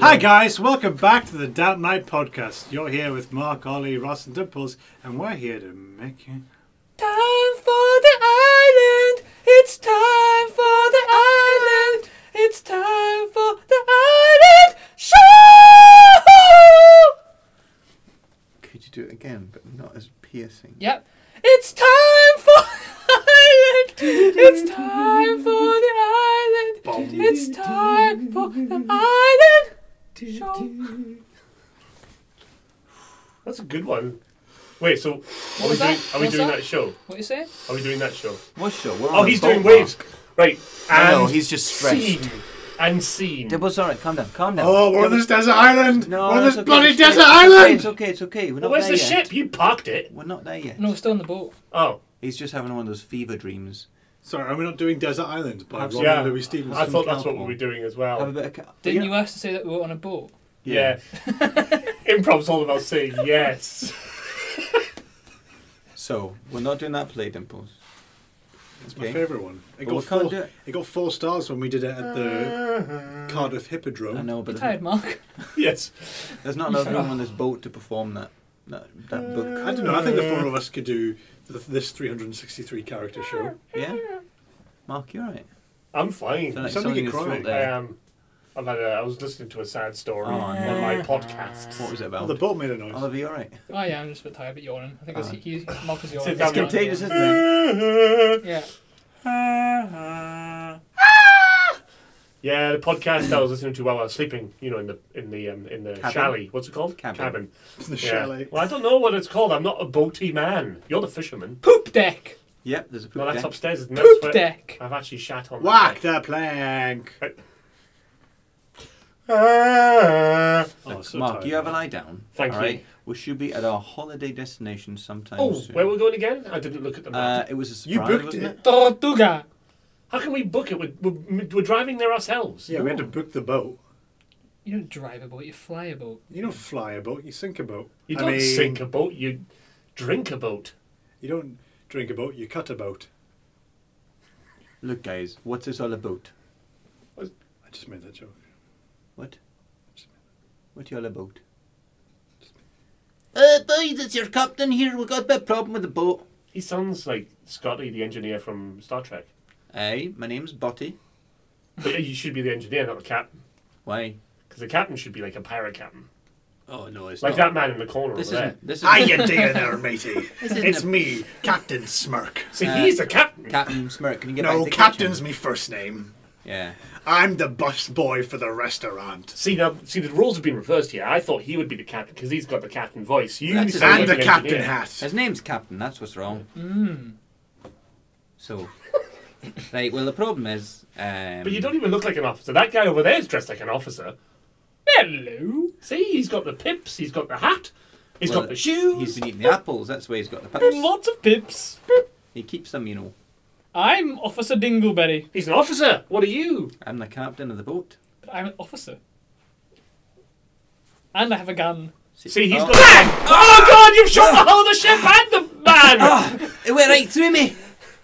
Hi guys, welcome back to the Doubt Night podcast. You're here with Mark, Ollie, Ross, and Dimples, and we're here to make you. Time for the island. It's time for the island. It's time for the island show. Could you do it again, but not as piercing? Yep. It's time for the island. It's time for the island. It's time for the island show. That's a good one. Wait, so are we doing, was that? are we What's doing that? that? show? What you saying? Are we doing that show? What show? We're Oh, on he's the boat doing waves. Right. And No, he's just seen. stretched. And seen. Dibbles, alright, calm down, calm down. Oh, we're on this desert island! no, we're on it's this okay, bloody it's okay, desert it's okay, island! It's okay, it's okay. We're not Where's there the yet. ship? You parked it. We're not there yet. No, we're still on the boat. Oh, He's just having one of those fever dreams. Sorry, are we not doing Desert Island by Robin yeah. Louis Stevenson? I thought that's what we were Calpol? doing as Have a well. bit of ca- Didn't Yeah. you ask to say that we were on a boat? Yeah. Improv's all about saying yes. So we're not doing that play, Dimples. It's my Okay. favourite one. It But we got, can't four, do it. Uh, it got four stars when we did it at the Cardiff I Hippodrome. know, You're but tired, there's, Mark. yes. there's not enough room on this boat to perform that that, that book. I don't know, I think the four of us could do th- this 363 character show. Yeah, Mark, you're right. I'm fine. Sound Something like something you're that's not crying. I there. am. I've had a, I was listening to a sad story Oh, on no. my podcast. What was it Oh, the about? boat made a noise. Oliver, you're right. Oh yeah, I'm just a bit tired, but yawning. I think it's, Ah. he, Mark is yawning. It's It's Yeah. contagious, isn't it? Yeah. Yeah, the podcast I was listening to while I was sleeping, you know, in the in the um, in the Cabin. chalet. What's it called? Cabin. the Yeah. chalet. Well, I don't know what it's called. I'm not a boaty man. You're the fisherman. Poop deck. Yep, there's a poop Well, that's deck. upstairs. Isn't it? Poop That's where deck. I've actually shat on. Whack the the plank! deck. Oh, so Mark, tired. you have a lie down. Thank you. We should be at our holiday destination sometime Oh, soon. where we're going again? I didn't look at the Uh, map. it was a surprise. You booked wasn't it. Tortuga. Uh, How can we book it? We're, we're, we're driving there ourselves. Yeah, we had to book the boat. You don't drive a boat, you fly a boat. You don't fly a boat, you sink a boat. You I don't mean, sink a boat. You drink a boat. You don't drink a boat, you cut a boat. Look, guys, what's this all about? I just made that joke. What? What you all about? Uh, boys, it's your captain here. We got a bit problem with the boat. He sounds like Scotty, the engineer from Star Trek. Hey, my name's Botty. But you should be the engineer, not the captain, Why? because the captain should be like a pirate captain, Oh no, it's like not. that man in the corner This over there. isn't. This Hiya isn't dear there, matey. isn't it's a- me, Captain Smirk. See, Uh, he's the captain. Captain Smirk. Can you get back No, to the Captain's kitchen? me first name. Yeah. I'm the bus boy for the restaurant. see now, see the roles have been reversed here. I thought he would be the captain because he's got the captain voice. You That's sound And like it. the an captain engineer. hat. His name's Captain. That's what's wrong. Mm. Hmm. So. Right, well, the problem is. Um, But you don't even look like an officer. That guy over there is dressed like an officer. Hello. See, he's got the pips. He's got the hat. He's Well, got the shoes. He's been eating the apples, that's why he's got the pips. Lots of pips. He keeps them, you know. I'm Officer Dingleberry. He's an officer. What are you? I'm the captain of the boat. But I'm an officer. And I have a gun. See, he's Oh. Ah! got. Oh God! You've shot the whole of the ship and the man. It went right through me!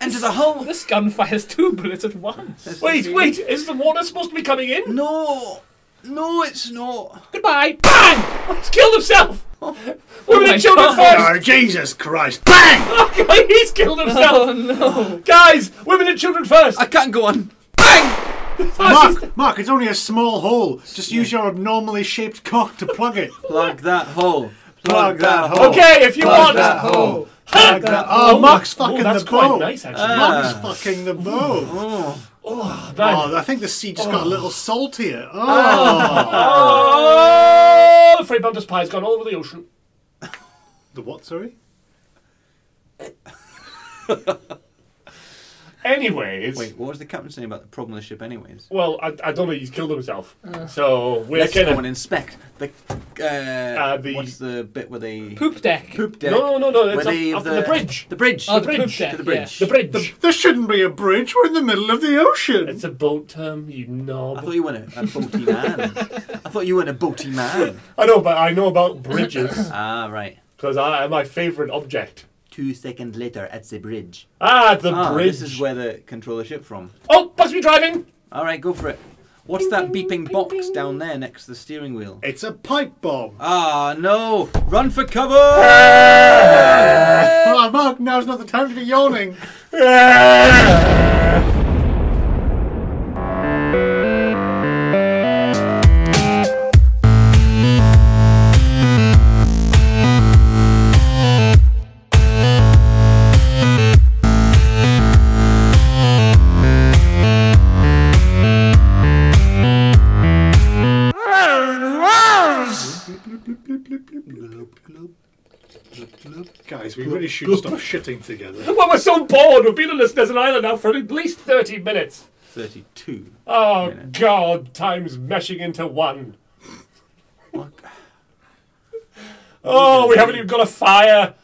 Into the hull! This gun fires two bullets at once. Wait, wait. Is the water supposed to be coming in? No! No, it's not! Goodbye. Oh Bang! He's killed himself! Women my and children God. Oh, Jesus Christ. Bang! first! Okay, he's killed Oh himself! no. Guys, women and children first! I can't go on! Oh, Mark, Mark, it's only a small hole. Just use your abnormally shaped cock to plug it. Plug that hole! Plug that hole. okay, if you Plug want. that hole! Plug that Oh, Mark's fucking oh, that's the quite boat. nice, actually. Uh, Mark's fucking the boat. Oh, Man. Oh, I think the sea just got a little saltier. Ah. Oh. Oh, the free Bumpers pie's gone all over the ocean. the what, sorry? Anyways, Wait, what was the captain saying about the problem with the ship, anyways? well, I, I don't know, he's killed himself. So, we're Let's gonna. go and inspect the. Uh, Uh, the- What's the bit where they. Poop deck. Poop deck. No, no, no, Where it's they up, have up the... the bridge. The bridge. Oh, the the poop bridge. deck, To the yeah. bridge. The bridge. There shouldn't be a bridge. We're in the middle of the ocean. It's a boat term, you I knob. thought you were a, a boaty man. I thought you were a boaty man. I know, but I know about bridges Ah, right. because I'm my favourite object. Two seconds later, at the bridge. Ah, the ah, bridge. this is where they control the ship from. Oh, must be driving. All right, go for it. What's that beeping box down there next to the steering wheel? It's a pipe bomb. Ah, no! Run for cover! Ah, Mark, now's not the time to be yawning. Guys, we really should stop shitting together. Well, we're so bored. We've been on this desert island now for at least 30 minutes. 32. Oh, Minutes. God, time's meshing into one. Oh, we haven't even got a fire.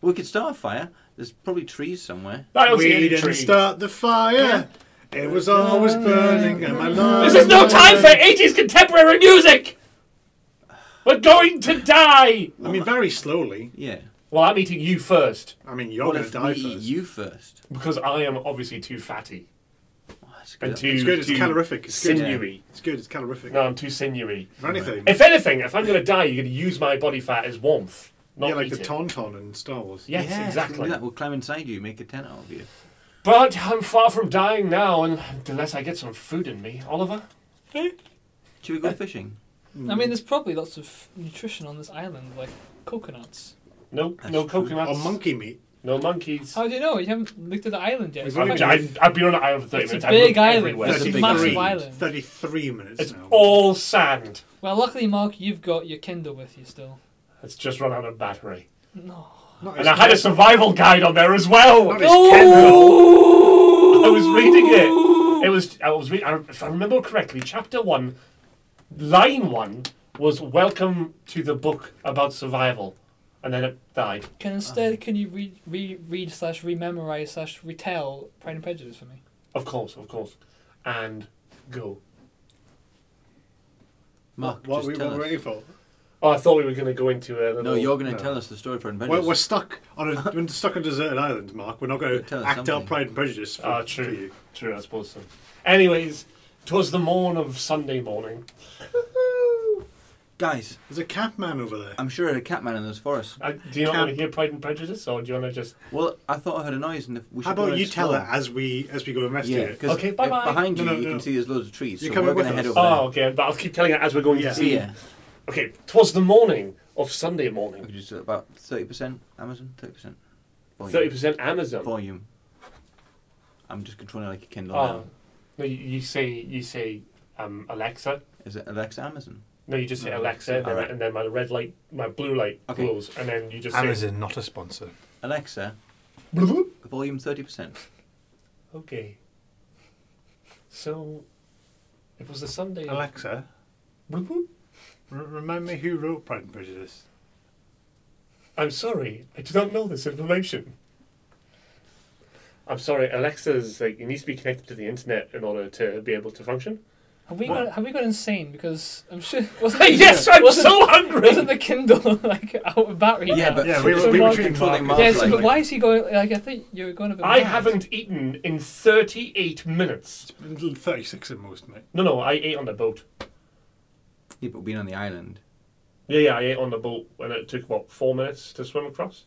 We could start a fire. There's probably trees somewhere. I don't We see any didn't trees. start the fire. It was always burning and my love. This is no time for 80s contemporary music! We're going to die! I mean, very slowly. Yeah. Well, I'm eating you first, I mean, you're What going if to we die eat first. you first? because I am obviously too fatty. Oh, that's And good. too, It's good, it's too calorific, it's good. sinewy. It's good, it's calorific. No, I'm too sinewy. If anything, If anything, if I'm going to die, you're going to use my body fat as warmth. Not yeah, like the eat it. Tauntaun in Star Wars. Yes, Yeah, we can exactly. do that. We'll climb inside you, make a tent out of you. But I'm far from dying now, and unless I get some food in me, Oliver. Should we go fishing? I mean, there's probably lots of nutrition on this island, like coconuts. No, That's no true. Or coconuts. monkey meat. No monkeys. How do you know? You haven't looked at the island yet. We've I've, only been- I've, I've been on an island for thirty It's a minutes. I've big looked island. everywhere. It's a big 33, massive island. 33 minutes It's now. all sand. Well, luckily, Mark, you've got your Kindle with you still. It's just run out of battery. No. Not his And I had a Ken- survival guide on there as well. Not his Kendall. I was reading it. It was. I was. Re- I, if I remember correctly, chapter one, line one was "Welcome to the book about survival," and then it died. Can instead, can you read, re- read slash rememorize slash retell Pride and Prejudice for me? Of course, of course, and go. Mark, What just we tell were us. waiting for. Oh, I thought we were going to go into a little. No, you're going to No. tell us the story for We're, Inventors. we're stuck on a we're stuck on a deserted island, Mark. We're not going Tell to us act out something. Pride and Prejudice for, Ah, for true, you. true. I suppose so. Anyways, 'twas the morn of Sunday morning, Guys, There's a campman over there. I'm sure a catman in this forest. I, Uh, do you not Can- want to hear Pride and Prejudice, or do you want to just? Well, I thought I heard a noise, and if we should How go about and you tell explore. her as we as we go Yeah, investigate? 'cause Okay, if bye-bye. Behind you, No, no, you no. can see there's loads of trees. You're so coming we're with going to head us. over Oh, okay. But I'll keep telling it as we're going Yeah. to there. see. Yeah, Okay, 'twas the morning of Sunday we could morning. just do about thirty percent Amazon, thirty percent. Oh, Thirty percent Amazon. volume. I'm just controlling like a Kindle. Oh, now. no, you, you say you say um, Alexa. Is it Alexa Amazon? No, you just say No, Alexa, and then, alright. and then my red light, my blue light Okay. glows, and then you just not a sponsor. Alexa, say. volume thirty percent. Okay. So, it was the Sunday. of- Alexa, r- remind me who wrote Pride and Prejudice. I'm sorry, I do not know this information. I'm sorry, Alexa's like it needs to be connected to the internet in order to be able to function. Have we What? got Have we got insane? Because I'm sure. Wasn't, yes, I'm wasn't, so hungry. Wasn't the Kindle like out of battery? Yeah, now? but Yeah, we were- we were controlling Mark. Mark. Yes, like- but why is he going? Like, I think you were going a bit. I mad. haven't eaten in 38 minutes. Thirty-six at most, mate. No, no, I ate on the boat. Yeah, but being on the island. Yeah, yeah, I ate on the boat when it took what four minutes to swim across.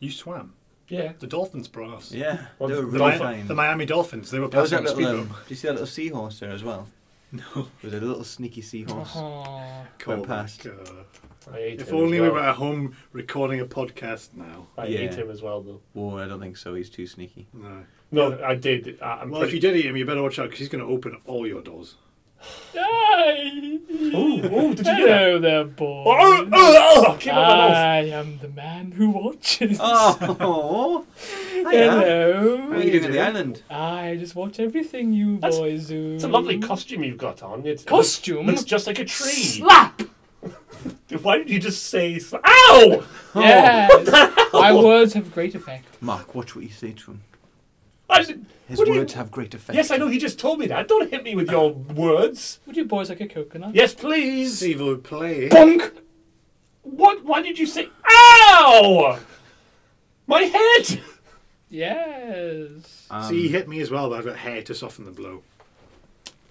You swam. Yeah, The dolphins brought us. Yeah, Well, they were the The, really Mi- fine. the Miami Dolphins. They were There was passing that the little, speedboat. um, do you see that little seahorse there as well? No. There's a little sneaky seahorse. Uh-huh. Oh. went Oh my past. God. I ate. If him only as we well. were at home recording a podcast now. I Yeah. ate him as well though. Whoa, I don't think so. He's too sneaky. No. No, I did. I, I'm Well, if you did eat him, you better watch out because he's going to open all your doors. Ooh, ooh, did you hear that? Hello there, boy. Oh, oh, oh, oh, came out my mouth. I am the man who watches. Oh, uh, hiya. How are Hello. you doing on the island? I just watch everything you That's- boys do. It's a lovely costume you've got on. It's, Costume? It looks just like a tree. Slap. Why did you just say? Sl- Ow! Yes. My words have great effect. Mark, watch what you say to him. I did- His What do you- words have great effect. yes, I know. He just told me that. Don't hit me with your words. Would you boys like a coconut? Yes, please. Evil play. Bonk. What? Why did you say? Ow! My head. Yes. Um, See, he hit me as well, but I've got hair to soften the blow.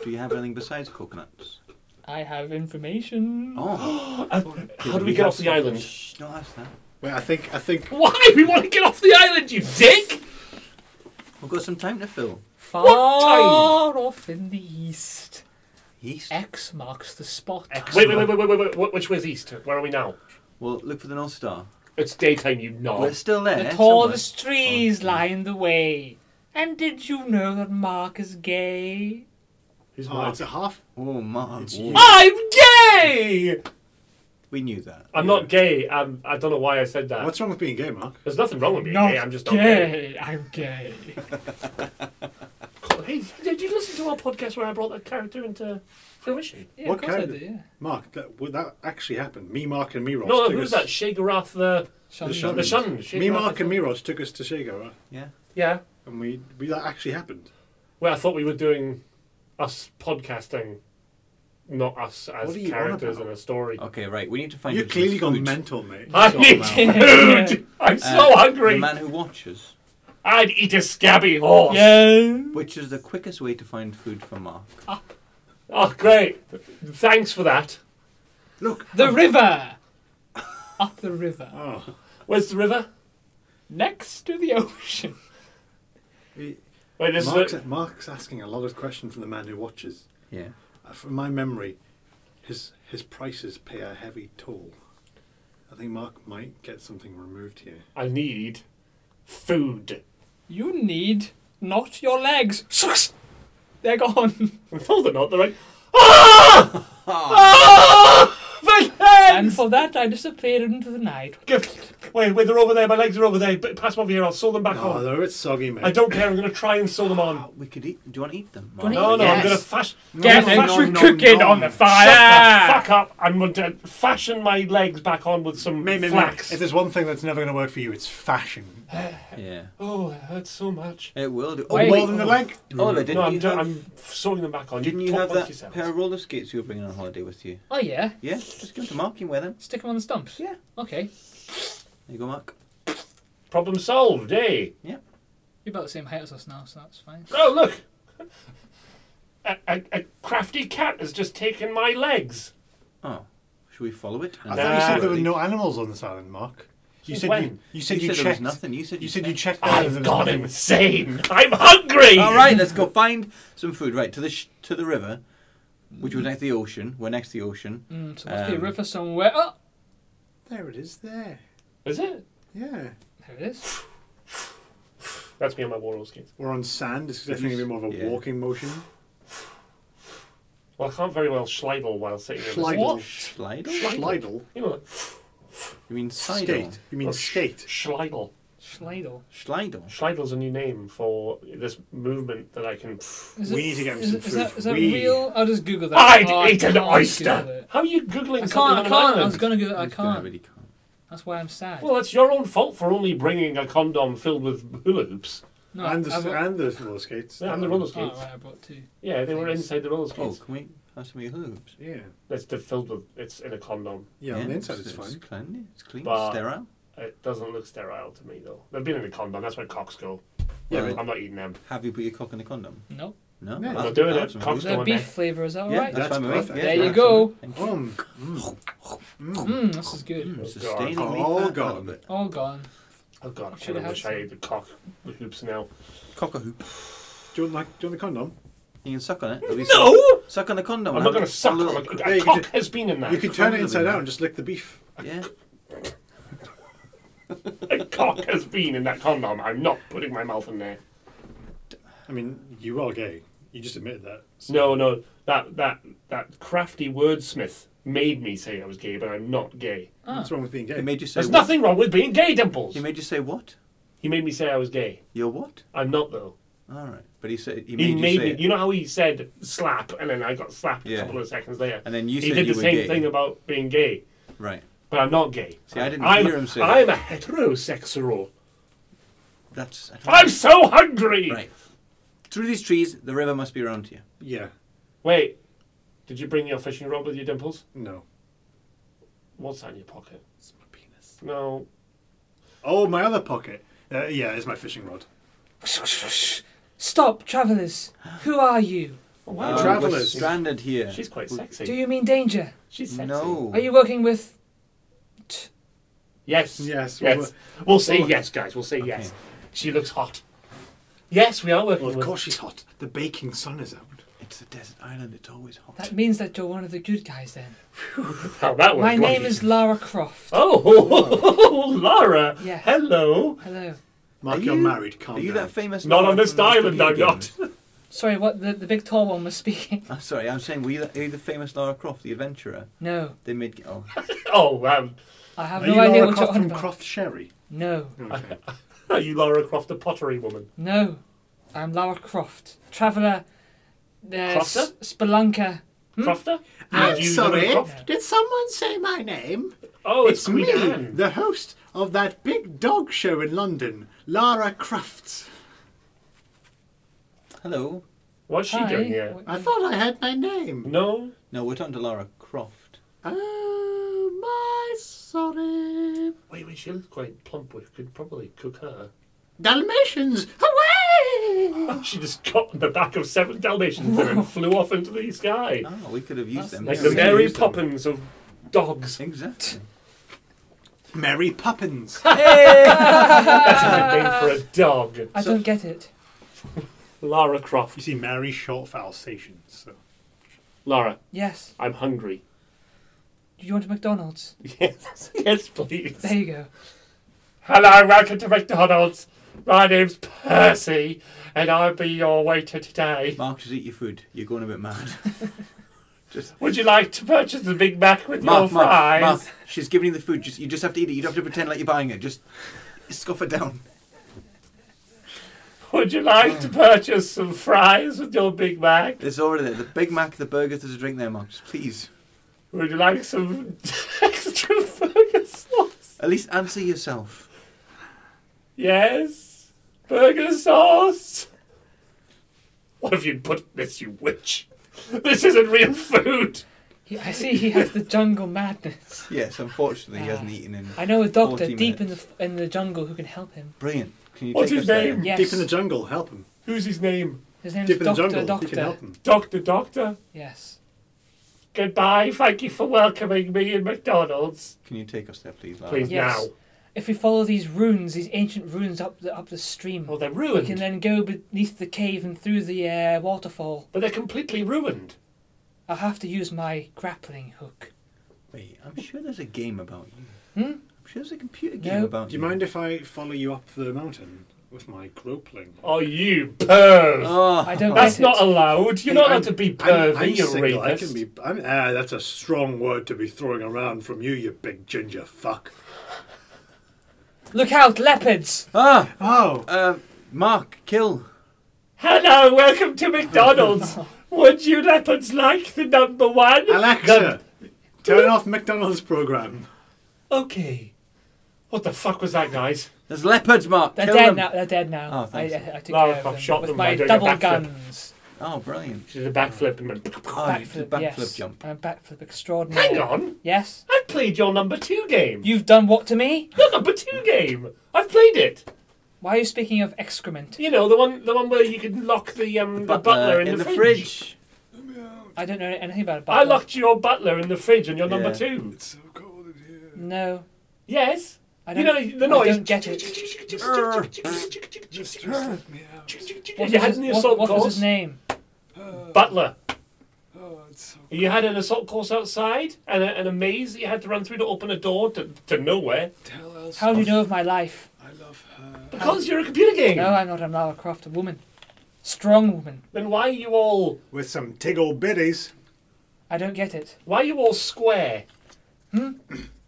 Do you have anything besides coconuts? I have information. Oh, Uh, How do we get off the island? Shh, don't ask that. Wait, I think I think Why? We want to get off the island, you dick! We've got some time to fill. Far off in the east, East. Eh? X marks the spot. Wait, wait, wait, wait, wait, wait, wait. wh- Which way's east? Where are we now? Well, look for the North Star. It's daytime, you knob. We're still there. The somewhere. tallest trees line the way. And did you know that Mark is gay? Who's oh, Mark? it's a half. Oh, Mark. It's whoa. you. I'm gay! We knew that. I'm not gay. I'm, I don't know why I said that. What's wrong with being gay, Mark? There's nothing wrong with me. Not gay. I'm just not gay. gay. I'm gay. Hey, did you listen to our podcast where I brought that character into fruition? Yeah, What of course I kind do, yeah. Mark, that would that actually happened? Me, Mark, and Miros. No, took who's us- that? Shagarath the Shall we- shun- the Shun. Me, Shagarath Mark, the- and Miros took us to Shago, right? Yeah. Yeah, and we, we that actually happened. where I thought we were doing us podcasting, not us as What are you on characters in about? a story. Okay, right. We need to find. You've out clearly some gone food. mental, mate. I Sure, need food. I'm so Uh, The hungry. man who watches. I'd eat a scabby horse. Yeah. Which is the quickest way to find food for Mark? Uh. Oh, great. Thanks for that. Look. The river! Up the river. Oh, Where's the river? Next to the ocean. he- Wait, this Mark's, is the, Mark's asking a lot of questions from the man who watches. Yeah. Uh, From my memory, his his prices pay a heavy toll. I think Mark might get something removed here. I need food. You need not your legs. Shucks! They're gone. No, they're not. They're like, "Ah!" Oh. and for that, I disappeared into the night. wait, wait, they're over there. My legs are over there. But pass them over here. I'll sew them back Oh, on. no, it's soggy, mate. I don't care. I'm going to try and sew them Oh, on. we could eat. Do you want to eat them? Do you No, no, I'm Yes. going to fashion. Get no, it no, we're no, cooking no. on the Shut fire! Shut the fuck up. I'm going to fashion my legs back on with some Mate, mate, mate, flax. If there's one thing that's never going to work for you, it's fashion. Yeah. Oh, it hurts so much. It will do. Oh, Wait. More than the leg. Oliver, didn't no, I'm, you do- have, I'm sewing them back on. didn't you you talk have amongst that yourselves. pair of roller skates you were bringing on holiday with you? Oh, yeah. Yeah, just give them to Mark and wear them. Stick them on the stumps. Yeah. Okay. There you go, Mark. Problem solved, eh? You're about the same height as us now, so that's fine. Oh, look! A, a, a crafty cat has just taken my legs. Oh, should we follow it? I And- thought you said there were Really? no animals on this island, Mark. You Since said when? you, you You said said you, there was checked. nothing. You said You said you checked. checked. there I've was gone nothing. insane. I'm hungry. All right, let's go find some food. Right to the sh- to the river, which was next to the ocean. We're next to the ocean. Mm, so must be a Um, river somewhere. Oh! There it is. There. Is it? Yeah. There it is. That's me on my water skins. We're on sand. It's definitely going to be more of a Yeah. walking motion. Well, I can't very well schleidel while sitting in Schleidel. this. What? Slide. Slidle. You know, You mean sidle? Skate. You mean Oh, sh- skate? schleidel. Schleidel. Slidle. Schleidel's a new name for this movement that I can. Is We need to get him is some it- Is that, food. is that We- real? I'll just Google that. I'd Oh, I eat an can't Google oyster. it. How are you googling I something can't, I on an can't. I island? was going to Google it. I He's gonna can't. Really can't. That's why I'm sad. Well, it's your own fault for only bringing a condom filled with hula hoops. no, And the I, I s- brought, and the roller skates. Yeah, and the roller oh, skates. right, I brought two. Yeah, they were Thanks. inside the roller Oh, skates. can we have some of your hoops? Yeah. It's de- filled with. It's in a condom. Yeah. On the inside it's, is it's fine. clean. It's clean. But- sterile. It doesn't look sterile to me though. They've been in a condom. That's where cocks go. Yeah, I'm but- not eating them. Have you put your cock in the condom? No. No. Yeah. I'll Not have- doing I'll it. have some Cock's hoops. The on beef there. flavour, is that Yeah, alright? That's that's, fine with me. perfect. Yeah, There you that's go. fine. Thank you. Um. mm, Mm, this is good. Sustaining God. me Oh, fat, God. Oliver. All gone. Oh god, I Should kind of have wish some. I ate the cock hoops now. Cock a hoop. Do you want like? Do you want the condom? You can suck on it. At least No, Suck on the condom. I'm not and have going a to suck. on little- it. Yeah, A you cock could- has been in You there. can turn it condom, inside yeah. out and just lick the beef. Yeah. A cock has been in that condom. I'm not putting my mouth in there. I mean, you are gay. You just admitted that. so- No, no, that that that crafty wordsmith made me say I was gay, but I'm not gay. What's wrong with being He gay? made you say There's what? nothing wrong with being gay, Dimples. He made you say what? He made me say I was gay. You're what? I'm not though. All right. But he said he made He you made say me. it. You know how he said slap, and then I got slapped a Yeah. couple of seconds later. And then you he said did you the were same gay. thing about being gay, Right. but I'm not gay. See, I didn't I'm, hear him say I'm that. a heterosexual. That's. I don't I'm so hungry. know. right. Through these trees, the river must be around here. Yeah. Wait, did you bring your fishing rod with your dimples? No. What's that in your pocket? It's my penis. No. Oh, my other pocket. Uh, yeah, it's my fishing rod. Stop, travellers. Who are you? Oh, Uh, wow. we're Travelers. stranded here. She's quite sexy. Do you mean danger? She's sexy. no. Are you working with. T- Yes. Yes, we Yes. We'll say Well, yes, guys. We'll say yes. She looks hot. Yes, we are working Well, of with- course she's hot. The baking sun is out. It's a desert island. It's always hot. that means that you're one of the good guys then. How that works. My won't name it? is Lara Croft. Oh, Lara. Yeah. Hello. Hello. Mark, Are you're you- married. Calm Are you down. that famous? Not Lara on this from those island, computer I'm games? Sorry, what? The, the big tall one was speaking. I'm sorry. I'm saying, were you, the, are you the famous Lara Croft, the adventurer? No, They made. Oh, Oh, um, I have Are no you idea Lara what Croft you're on from about. Croft Sherry? no, Okay. are you Lara Croft, the pottery woman? no. I'm Lara Croft. Traveller. Uh, s- Crofter? Spelunker. Crofter? I'm Ah, You- you sorry. Lara Croft? Did someone say my name? Oh, it's, Queen me, Anne. the host of that big dog show in London, Lara Croft. hello. What's she Hi. doing here? I thought I had my name. No. No, we're talking to Lara Croft. Oh, my sorry. Wait, wait, she looks quite plump. We could probably cook her. Dalmatians, away! She just got on the back of seven Dalmatians and then flew off into the sky. Oh, we could have used them. Like Yeah, the we could have Mary used them. Poppins of dogs. Exactly. Mary Poppins. That's a good name for a dog. I don't get it. Lara Croft. you see, Mary short for Alsatian, so. Lara, Yes. I'm hungry. Do you want a McDonald's? Yes, yes, please. There you go. Hello, welcome to McDonald's. My name's Percy, and I'll be your waiter today. Mark, just eat your food. You're going a bit mad. Would you like to purchase the Big Mac with your Mark, Mark, fries? Mark. She's giving you the food. Just, you just have to eat it. You don't have to pretend like you're buying it. Just scoff it down. Would you like to purchase some fries with your Big Mac? It's already there. The Big Mac, the burgers, there's a drink there, Mark. Just please. Would you like some extra burger sauce? At least answer yourself. Yes, burger sauce. What have you put in this, you witch? This isn't real food. He, I see he has the jungle madness. Yes, unfortunately, he Ah. hasn't eaten in. I know a doctor 40 deep in the minutes. f- in the jungle who can help him. Brilliant. Can you What's take his us there? name? Yes. Deep in the jungle, help him. Who's his name? His name Deep is in the Doctor jungle, Doctor. you can help him. Doctor, doctor. Yes. Goodbye. Thank you for welcoming me in McDonald's. Can you take us there, please, Lara? Please Yes. now. If we follow these runes, these ancient runes up the up the stream, Oh, Well, Oh, they're we can ruined. then go beneath the cave and through the uh, waterfall. But they're completely ruined. I'll have to use my grappling hook. Wait, I'm sure there's a game about you. Hmm? I'm sure there's a computer game No. about Do you mind if I follow you up the mountain with my gropling? Oh, you perv. Oh, I don't That's get not it. allowed. You're not allowed to be pervy, I'm you single. I rapist. can be. I'm, ah, that's a strong word to be throwing around from you, you big ginger fuck. Look out, leopards! Ah, Oh, uh, Mark, kill. Hello, welcome to McDonald's. Would you leopards like the number one? Alexa, turn off McDonald's program. The- Okay. What the fuck was that, guys? There's leopards, Mark. They're kill dead them. now. They're dead now. Oh, I, thanks. I, I took No, care of I've them shot with them by my doing a double backflip. guns. Oh, brilliant. She did a backflip and went. Oh, you did the backflip yes. jump. I'm a backflip extraordinary. Hang on. Yes. I've played your number two game. You've done what to me? Your number two game. I've played it. Why are you speaking of excrement? You know the one, the one where you can lock the um the butler, uh, in, the, fridge. I don't know anything about a I butler. locked your butler in the fridge, and you're number Yeah. two. It's so cold in here. No. Yes. I You don't, know the I noise. don't get it. Just, just let me out. What, you was had his, an what, assault what was course. his name? Butler. Oh, it's so. You had an assault course outside and a, and a maze that you had to run through to open a door to, to nowhere. Tell Elsa How do you know of my life? I love her. Because you're a computer game. No, I'm not. I'm Lara Croft, a woman. Strong woman. Then why are you all With some tiggle bitties. I don't get it. why are you all square? Hmm?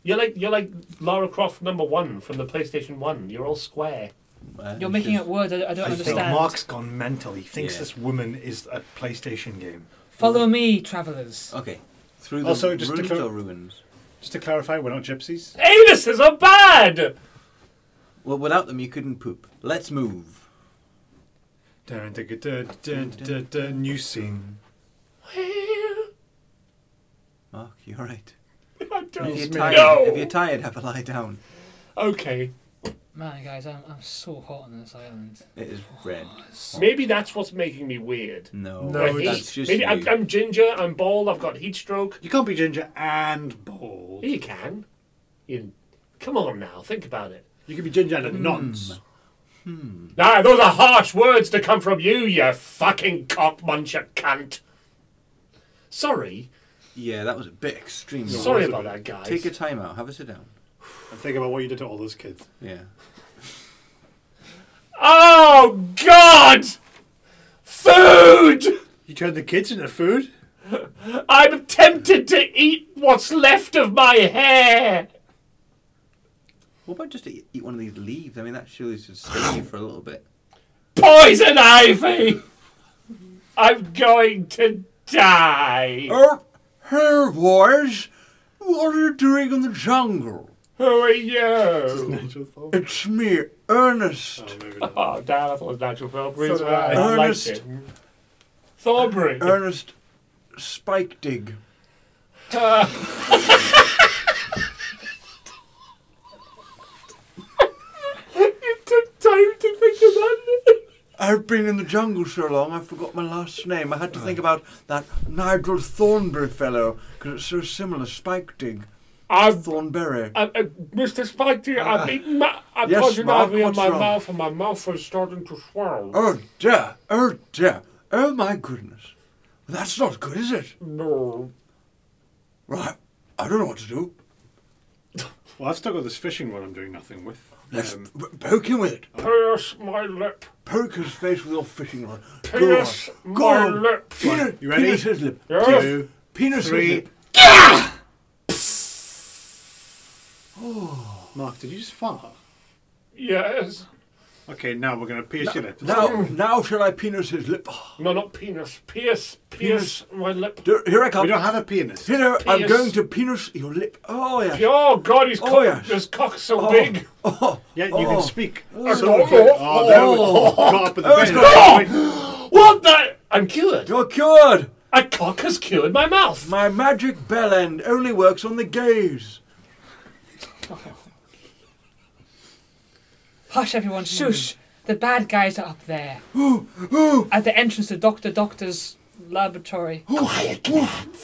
You're like you're like Lara Croft number one from the PlayStation One. You're all square. Uh, You're making she's- up words I, I don't I think understand. Mark's gone mental. He thinks Yeah. this woman is a PlayStation game. Follow me, travellers. Okay. Through the Also, Oh, just to ruins clo- or ruins? Just to clarify, we're not gypsies. Anuses are bad. Well, without them, you couldn't poop. Let's move. Dun, dun, dun, dun, dun, dun, New scene. Mark, you're right. I don't If you're me. tired, No. if you're tired, have a lie down. Okay. Man, guys, I'm, I'm so hot on this island. It is red. Maybe that's what's making me weird. No, No, The it's- that's heat. just Maybe you. I'm, I'm ginger, I'm bald, I've got heat stroke. You can't be ginger and bald. You can. You, come on now, think about it. You can be ginger and a nonce. Nah, those are harsh words to come from you, you fucking cock muncher cunt. Sorry. yeah, that was a bit extreme. Sorry about that, guys. Take your time out. Have a sit down. And think about what you did to all those kids. Yeah. Oh, God! Food! You turned the kids into food? I'm tempted to eat what's left of my hair! What about just eat, eat one of these leaves? I mean, that surely should stay you for a little bit. Poison ivy! I'm going to die! Oh, her boys, what are you doing in the jungle? Who are you? Nigel thought. It's me, Ernest. Oh, maybe not. Oh, damn, I thought it was Nigel Thornbury So as well. did I I. liked Ernest. Er- it. Thornbury. Ernest Spike Dig. It took time to think about it. I've been in the jungle so long, I forgot my last name. I had to think about that Nigel Thornberry fellow, because it's so similar. Spike Dig. I've Thornberry. I, I, Mr. Spike, dear, I've eaten my, I Uh, Yes, poisoned Mark, ivy in what's my wrong? mouth, and my mouth is starting to swell. Oh dear, oh dear, oh my goodness. That's not good, is it? no. Right, I don't know what to do. Well, I've still got this fishing rod I'm doing nothing with. Let's Um, p- poke him with it. Pierce my lip. Poke his face with your fishing rod. Pierce Go on. Go my on. lip. Penis, You ready? Penis his lip. Yes. two, Penis his three. lip. Mark, did you just fart? Yes. Okay, now we're going to pierce your lips. Now, now shall I penis his lip? Oh. No, not penis. Pierce. Pierce my lip. There- Here I We come. don't have a penis. Here, I'm Penis. going to penis your lip. Oh, yes. Oh, God, his, Oh, cock, yes. his cock's so Oh. big. Oh, Yeah, you Oh. can speak. Oh. So we can- oh, there we Oh. go. Caught up with the Oh, it's vein. got- What the? I'm cured. you're cured. A cock has cured my mouth. My magic bell end only works on the gays. Hush, everyone, shush! The bad guys are up there. Oh, At the entrance to Dr. Doctor's laboratory. oh,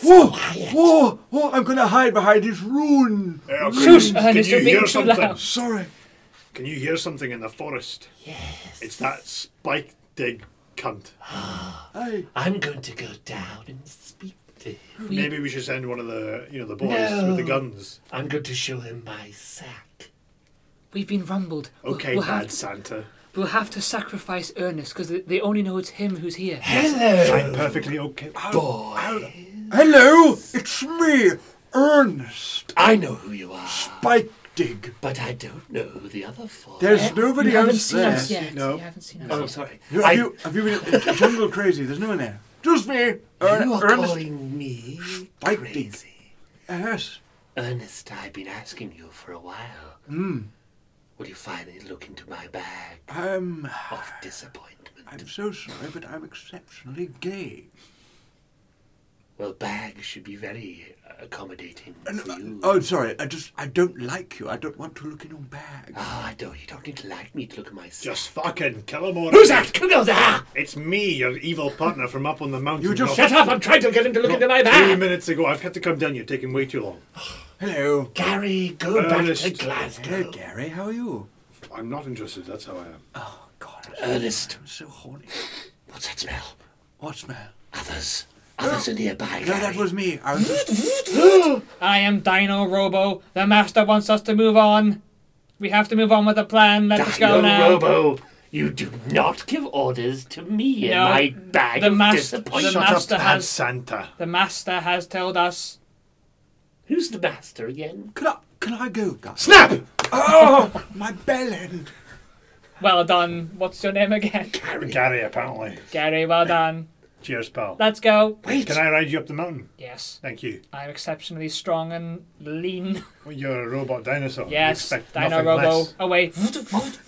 oh, oh, I'm going to hide behind this ruin. Yeah, okay. Shush, Ernest, you you're being hear too something? loud. Sorry. Can you hear something in the forest? Yes. It's that spike dig cunt. I, I'm going to go down and speak to him. Maybe we should send one of the you know the boys No. with the guns. I'm going to show him my sack. We've been rumbled. We'll- Okay, we'll, bad Have, Santa. we'll have to sacrifice Ernest because they, they only know it's him who's here. I'm perfectly okay. Boy. hello, it's me, Ernest I know who you are, Spike Dig. but I don't know the other four. There's nobody Uh, you haven't else seen there. us yet. No. You haven't seen us Oh, yet. sorry. You- I, Have, you you, have you been jungle crazy? There's no one there. Just me, Er- are Ernest. calling me Spike Dick. crazy. Yes. Ernest, I've been asking you for a while. Will you finally look into my bag I'm, of disappointment? Um, I'm so sorry, but I'm exceptionally gay. Well, bag should be very uh, accommodating for you. Oh, sorry. I just, I don't like you. I don't want to look in your bag. Ah, I don't. You don't need to like me to look at my sack. Just fucking kill them all. Who's that? Who goes there? It's me, your evil partner from up on the mountain. You just- Not- Shut up! I'm trying to get him to look not into my Three bag. minutes ago, I've had to come down. You're taking way too long. Hello. Gary, go back Ernest. to Glasgow. Hello, Gary. How are you? I'm not interested. That's how I am. Oh, God. I'm so- Ernest, I'm so horny. what's that smell? What smell? Others. Others are nearby. No, that Gary. was me. I was, I am Dino Robo. The master wants us to move on. We have to move on with the plan. Let us Dino go now. Ah, Robo, you do not give orders to me in No, my bag the of mas- disappointment. The Shut up, master bad has- Santa. The master has told us. Who's the master again? can, I, can I go, guys? Snap! Oh, my bell end. Well done. What's your name again? Gary, apparently. Gary, well done. Cheers, pal. Let's go. Wait, Can I ride you up the mountain? Yes, Thank you. I'm exceptionally strong and lean. Well, you're a robot dinosaur. Yes, Expect Dino nothing Robo. Oh, less. Away.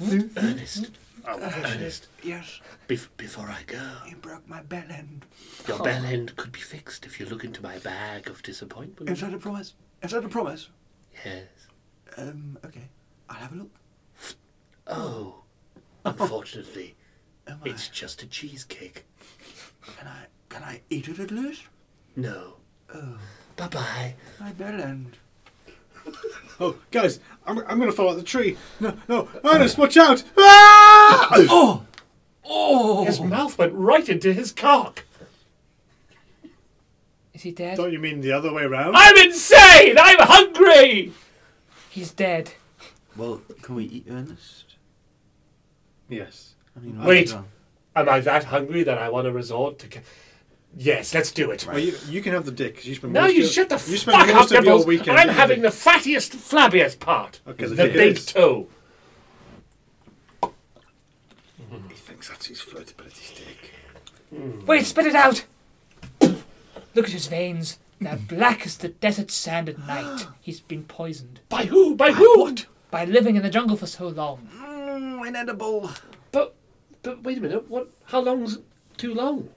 Ernest, Oh, Ernest, Yes, bef- before I go, you broke my bell end. your bell end could be fixed if you look into my bag of disappointment. Is that a promise? Is that a promise? Yes. Um, okay. I'll have a look. Oh, unfortunately, it's just a cheesecake. Can I can I eat it at least? No. Oh. Bye bye. I better end. Oh, guys, I'm, I'm going to fall out the tree. No, no, Ernest, watch out! Ah! Oh, oh! His mouth went right into his cock. Is he dead? Don't you mean the other way around? I'm insane. I'm hungry. He's dead. Well, can we eat Ernest? Yes. I mean, uh, Wait. I don't know. Am I that hungry that I want to resort to? Ca- yes, let's do it. Well, you, you can have the dick 'cause you spent Now most you of, shut the you spent fuck up, most of your Dimples. weekend. I'm doing having the it. fattiest, flabbiest part. Okay, the the big dick is. toe. He thinks that's his foot, but it's his dick. Wait, spit it out! Look at his veins. They're black as the desert sand at night. He's been poisoned By who? By who? by living in the jungle for so long. Mm, inedible. But, but wait a minute. What? How long's too long?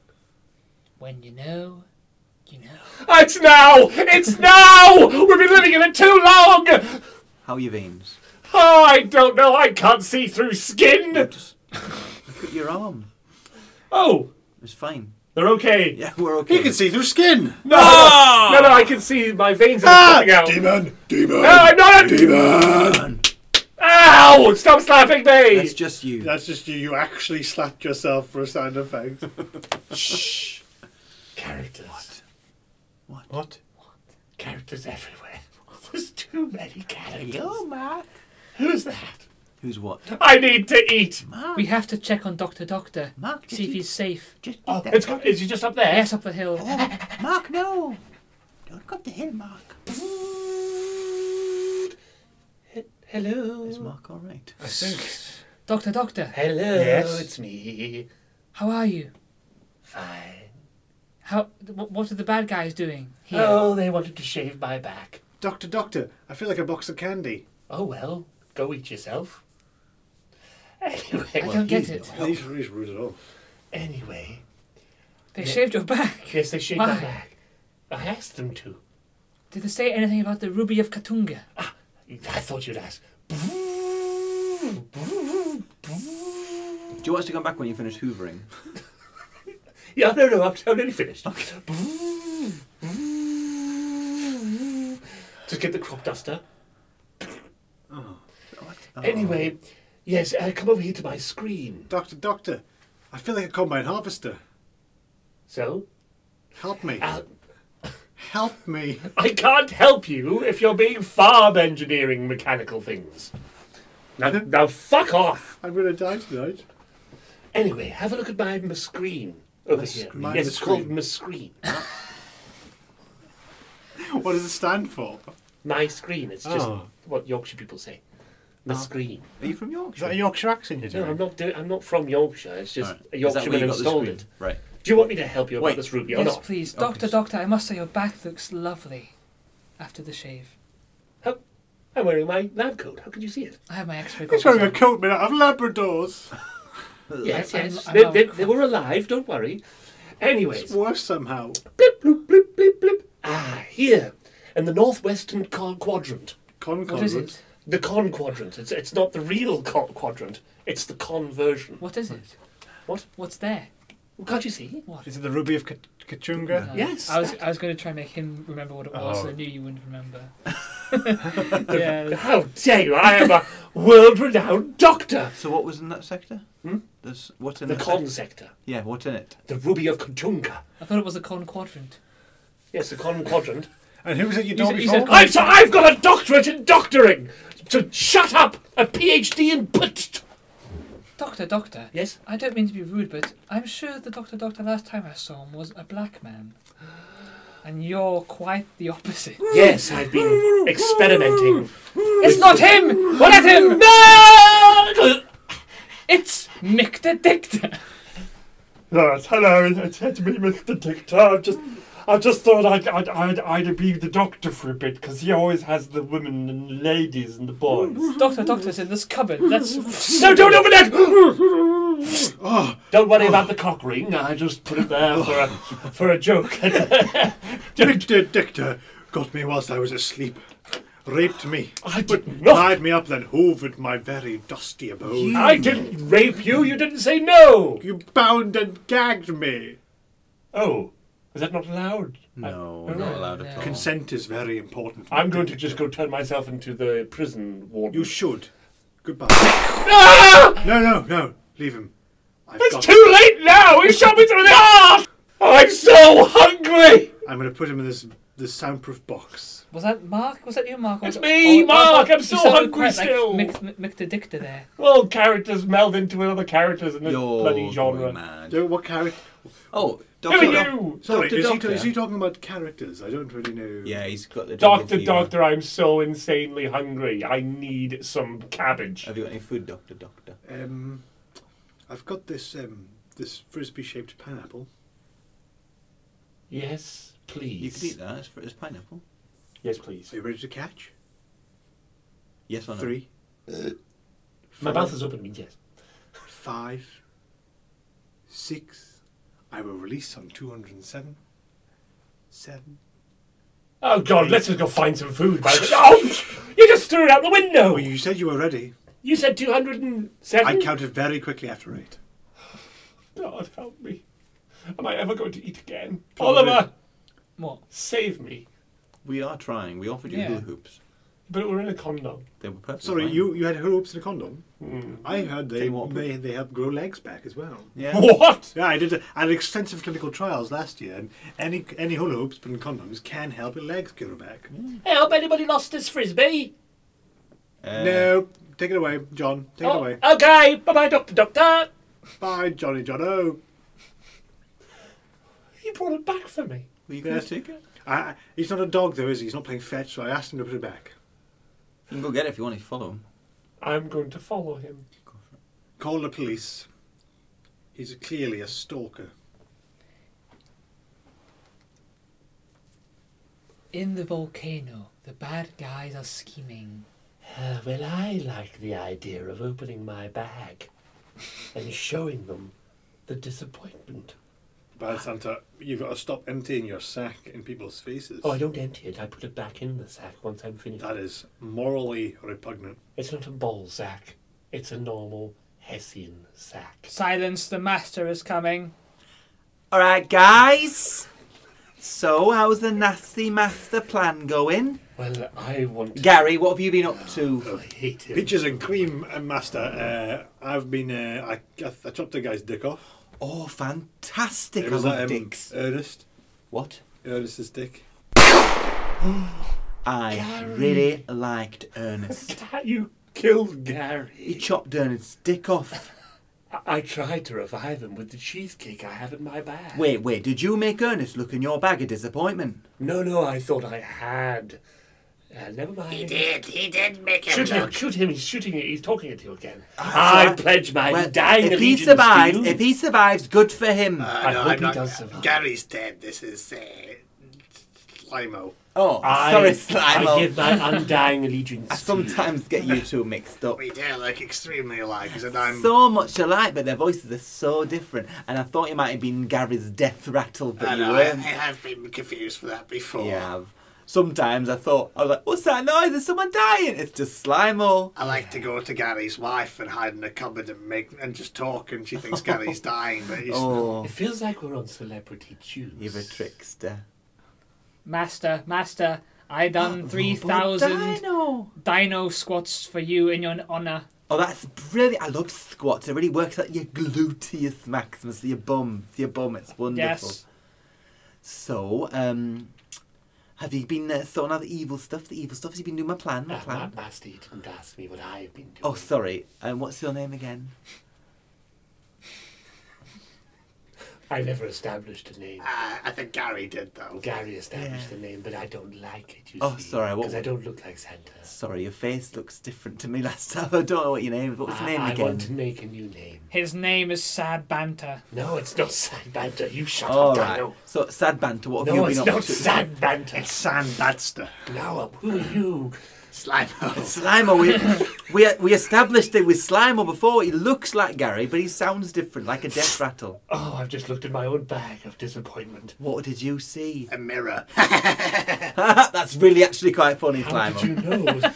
When you know, you know. It's now! It's now! We've been living in it too long! How are your veins? Oh, I don't know. I can't see through Oh, skin. Just look at your arm. Oh, It's fine. they're okay. Yeah, we're okay. He can see through skin. No, no, no, no, I can see my veins are popping out. Demon, demon, No, I'm not. demon. Ow! Stop slapping me! That's just you. That's just you. You actually slapped yourself for a sound effect. Shh. Characters. What? What? Characters everywhere. There's too many characters. Mark. Who's that? Who's what? I need to eat. Mark. We have to check on Dr. Doctor. Mark, did See if you- he's safe. Just Oh, it's, is he just up there? Yes, up the hill. Mark, no. Don't go up the hill, Mark. Hello. Is Mark all right? I think. Doctor, doctor, Hello, Yes? it's me. how are you? Fine. How? wh- What are the bad guys doing here? Oh, they wanted to shave my back. Doctor, doctor, I feel like a box of candy. Oh well, go eat yourself. I Anyway, don't get it. He's, he's rude at all. anyway, They shaved your back. Yes, they shaved Why? my back. I asked them to. Did they say anything about the ruby of Katunga? I thought you'd ask. Do you want us to come back when you finish hoovering? Yeah, no, no, I'm, I'm nearly finished. Just get the crop duster. Oh, Anyway, yes, uh, come over here to my screen. Doctor, doctor, I feel like a combine harvester. So? Help me. Uh, Help me. I can't help you if you're being farm engineering mechanical things. Now, now fuck off! I'm going to die tonight. Anyway, have a look at my m- screen over here. My yes, it's called screen. my screen. What does it stand for? My screen. It's just Oh. what Yorkshire people say. Oh. My screen. Are you from Yorkshire? Yorkshire accent you're No, I'm not. Do- I'm not from Yorkshire. It's just Alright. a Is that where Yorkshireman you got the installed screen? it. Right. Do you want me to help you about Wait. this ruby or yes, not? please, doctor, doctor. I must say your back looks lovely after the shave. How- I'm wearing my lab coat. How could you see it? I have my X-ray. He's goggles wearing a on. coat made out of Labradors. Yes, I'm- yes. I'm they, not- they, they were alive. Don't worry. It's Anyways, worse somehow. blip, blip, blip, blip, blip. Ah, here in the northwestern con- quadrant. Con What is it? The con quadrant. It's it's not the real con- quadrant. It's the con version. What is it? What? What's there? Well, can't you see? What? Is it the Ruby of Ka- Kachunga? Uh, Yes, I was that- I was going to try and make him remember what it was. Oh. so I knew you wouldn't remember. yeah. How dare you! I am a world-renowned doctor. So what was in that sector? Hmm? There's what's in The that con sector? sector. Yeah, what's in it? The ruby of Kachunga. I thought it was a con quadrant. Yes, the con quadrant. And who was it you He's- told he's before? a- I'm so, I've got a doctorate in doctoring. So shut up. A PhD in put. Doctor, doctor. Yes. I don't mean to be rude, but I'm sure the Doctor Doctor last time I saw him was a black man. And you're quite the opposite. Yes, I've been experimenting. it's not him! What at him? No! It's Mick the Dictor! Yes, hello, it's, it's me, Mr. Dictor. I just, I just thought I'd, I'd, I'd, I'd be the doctor for a bit because he always has the women and the ladies and the boys. Doctor Doctor's in this cupboard. That's. No, don't open that! Don't worry about the cock ring. I just put it there for a, for a joke. Mick the Dictor got me whilst I was asleep. raped me, I did not. tied me up, then hoovered my very dusty abode. I didn't rape you. You didn't say no. You bound and gagged me. Oh, is that not allowed? No, not allowed at all. Consent is very important. I'm going to just go turn myself into the prison warden. You should. Goodbye. no, no, no. Leave him. I've got Too late now! He shot me through the heart! I'm so hungry! I'm going to put him in this this soundproof box. Was that Mark? Was that you, Mark? Or It's was- me, oh, Mark, oh, I'm you so sounded hungry quite still. Like mixed, mixed addictor there. Well, characters meld into other characters in this You're bloody going genre. mad. Do what character? Oh, Who Doctor. are you? Sorry, Doctor, is, doctor. He, is he talking about characters? I don't really know. Yeah, he's got the jungle Doctor, fever. doctor, I'm so insanely hungry. I need some cabbage. Have you got any food, Doctor? Doctor. Um, I've got this um this frisbee shaped pineapple. Yes, please. You can eat that. It's, fr- it's pineapple. Yes, please. Are you ready to catch? Yes Uh, or no? Three, My mouth is open, yes. five, six. I will release on two hundred and seven. Seven. Oh god, let's just go find some food. By the- oh, you just threw it out the window! Well, you said you were ready. You said 207? I counted very quickly after eight. God help me. Am I ever going to eat again? Probably. Oliver, What? save me. We are trying. We offered you Yeah. hula hoops. But we're in a condo. They were perfect. Sorry, you, you had hoops and a condom. I heard they, Came up. they they help grow legs back as well. Yeah. What? Yeah, I did. A, I did extensive clinical trials last year, and any any hula hoops and condoms can help your legs grow back. Help, anybody lost his frisbee? Uh, No, take it away, John. Take Oh. Oh, it away. okay, bye bye, Doctor Doctor. Bye, Johnny John. Oh, He brought it back for me. Were you going Yes. to take it? I, I- he's not a dog though, is he? He's not playing fetch, so I asked him to put it back. You can go get it if you want to follow him. I'm going to follow him. Call the police. He's clearly a stalker. In the volcano, the bad guys are scheming. Uh, well, I like the idea of opening my bag and showing them the disappointment. Bad Santa, you've got to stop emptying your sack in people's faces. Oh, I don't empty it. I put it back in the sack once I'm finished. That is morally repugnant. It's not a ball sack. It's a normal Hessian sack. Silence, the master is coming. All right, guys. So, how's the nasty master plan going? Well, I want to. Gary, what have you been up to? I hate it. Peaches and cream, uh, master. Uh, I've been. Uh, I, I, I chopped a guy's dick off. Oh, fantastic! I It was love um, dicks. Ernest. What? Ernest's dick. I really liked Ernest. You killed Gary. He chopped Ernest's dick off. I, I tried to revive him with the cheesecake I have in my bag. Wait, wait, did you make Ernest look in your bag a disappointment? No, no, I thought I had. Uh, never mind. He did. He did make him. Shoot him, shoot him, he's shooting it, he's talking at you again. Ah, I so I- pledge my Well, dying if he allegiance survives, to you. if he survives, good for him. I hope he does survive. Gary's dead. This is uh, Limo. oh, I, sorry, I Slimo. give my undying allegiance I sometimes get you two mixed up. do look extremely alike, and So much alike, but their voices are so different. And I thought you might have been Gary's death rattle, but you weren't. have been confused for that before. You have. Sometimes I thought I was like, "What's that noise? Is someone dying?" It's just Slimo. I like to go to Gary's wife and hide in a cupboard and make and just talk, and she thinks Gary's dying, but he's Oh, It feels like we're on Celebrity you're a Choose. trickster. Master, master, I done three Robot thousand Dino. Oh, dino squats for you in your honor. Oh, that's brilliant! I love squats. It really works out your gluteus maximus, your bum, your bum. It's wonderful. Yes. So, um, have you been uh, sorting out the evil stuff? The evil stuff. Have you been doing my plan? My Uh, plan. Ma- Master, you didn't ask me what I've been doing. Oh, sorry. Um, what's your name again? I never established a name. Uh, I think Gary did though. Gary established the name, but I don't like it. You Oh, see, sorry, what- Because I don't look like Santa. Sorry, your face looks different to me last time. I don't know what your name is. What was your I, name I again? want to make a new name. His name is Sad Banter. No, it's not sad banter. You shut All up, right. Dino. So sad banter. What have No, you it's been up not to? sad banter. It's Sam Badster. Now, who are you? Slimo. Slimer. We, we we established it with Slimer before. He looks like Gary, but he sounds different, like a death rattle. Oh, I've just looked looked in my own bag of disappointment. What did you see? A mirror. That's really actually quite funny, How did you Simon. know?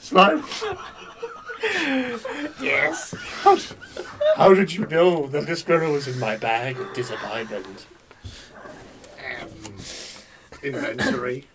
Slime? yes. How did you know that this mirror was in my bag of disappointment? Um, inventory.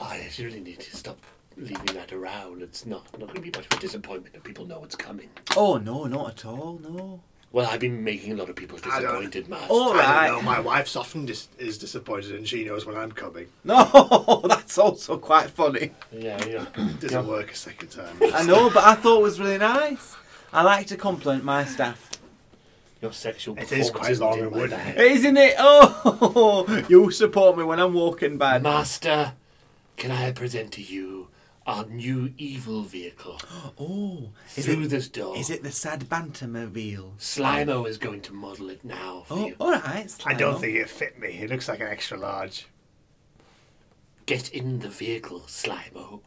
I really need to stop leaving that around. It's not not going to be much of a disappointment if people know it's coming. Oh no, not at all. No. Well, I've been making a lot of people I don't- disappointed, Master. All I right. don't know. My wife's often dis- is disappointed, and she knows when I'm coming. No, that's also quite funny. Yeah, yeah. Doesn't work a second time. I know, but I thought it was really nice. I like to compliment my staff. Your sexual It is quite performance long isn't and in my wooden. bag. Isn't it? Oh, you support me when I'm walking bad. Uh, Master, can I present to you our new evil vehicle? Oh, is Through it, this door. is it the sad bantamobile? Slimo is going to model it now for Oh, you. all right. I Slimer. don't think it fit me. It looks like an extra large. Get in the vehicle, Slimo.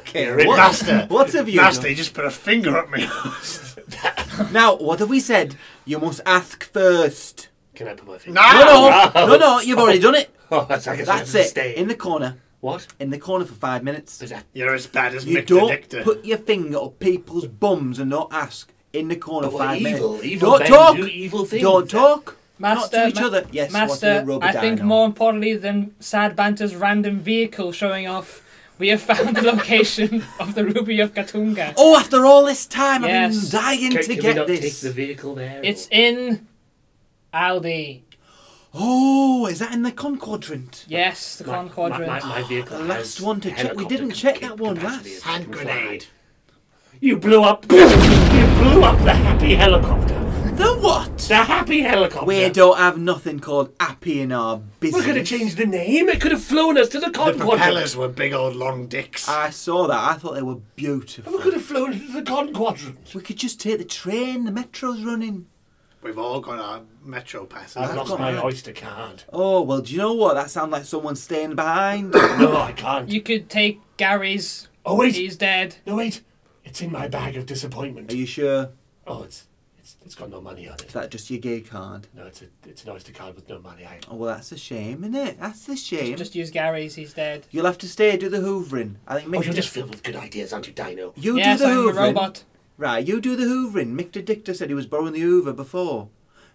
Okay, Ring what, master. What have you? Master, done? he just put a finger up me. Now, what have we said? You must ask first. Can I put my finger? no. No, no, no, no. You've already done it. Oh, that's, I guess That's that's it. In the corner. What? In the corner for five minutes. Is that? You're as bad as You Mick don't the Dictor. put your finger up people's bums and not ask. In the corner But we're five evil. minutes. Evil don't men talk. do evil things. Don't talk. Master, not to each ma- other. Yes, Master, what a rubber I think dino. more importantly than Sad Banter's random vehicle showing off, we have found the location of the Ruby of Katunga. Oh, after all this time, Yes. I've been Can, dying to can we get not this. take the vehicle there? It's in Aldi. Oh, is that in the con quadrant? Yes, the Con my, my, Quadrant. my, my vehicle. The last has one to check. We helicopter didn't cap- check that one capacity. last. It Hand can fly. grenade. You blew up. you blew up the happy helicopter. The what? The happy helicopter. We don't have nothing called appy in our business. We're gonna change the name. It could have flown us to the The Con Quadrant. propellers were big old long dicks. Uh, I saw that. I thought they were beautiful. We could have flown to the Con Quadrant. We could just take the train. The metro's running. We've all got our metro passes. I've I've lost got my mine. oyster card. Oh well, do you know what? That sounds like someone staying behind. No, I can't. You could take Gary's. Oh wait, He's dead. no wait. It's in my bag of disappointment. Are you sure? Oh, it's, it's it's got no money on Is it. that just your gay card? No, it's a it's an oyster card with no money. I Oh well, that's a shame, isn't it? That's the shame. Just use Gary's. He's dead. You'll have to stay do the hoovering. I think. Oh, Mick you're just filled with good ideas, aren't you, Dino? You yes, do the I'm a hoovering. robot. Right, you do the hoovering. Mick the Dictor said he was borrowing the hoover before.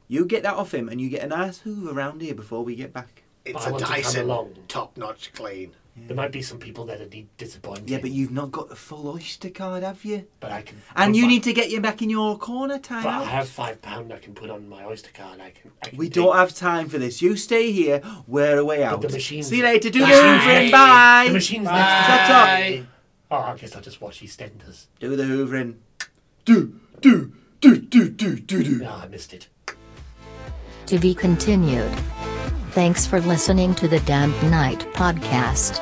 You get that off him, and you get a nice hoover round here before we get back. it's I a want to come Dyson, along. top notch clean. There might be some people that are de- disappointed. Yeah, but you've not got the full oyster card, have you? but I can. And you but- need to get you back in your corner, time But I out. have five pound I can put on my oyster card. I can. I can We take- don't have time for this. You stay here. We're away out. the machine's- See you later. Do the The hoovering. machine's- Bye. The machine's next. Shut up. Bye. Oh, I guess I'll just watch EastEnders. Do the hoovering. Do, do, do, do, do, do, do. No, Ah, I missed it. To be continued. Thanks for listening to the Damned Night podcast.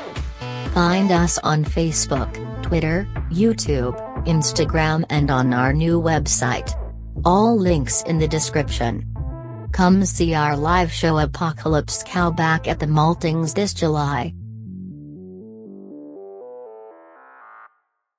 Find us on Facebook, Twitter, YouTube, Instagram, and on our new website. All links in the description. Come see our live show Apocalypse Cow back at the Maltings this July.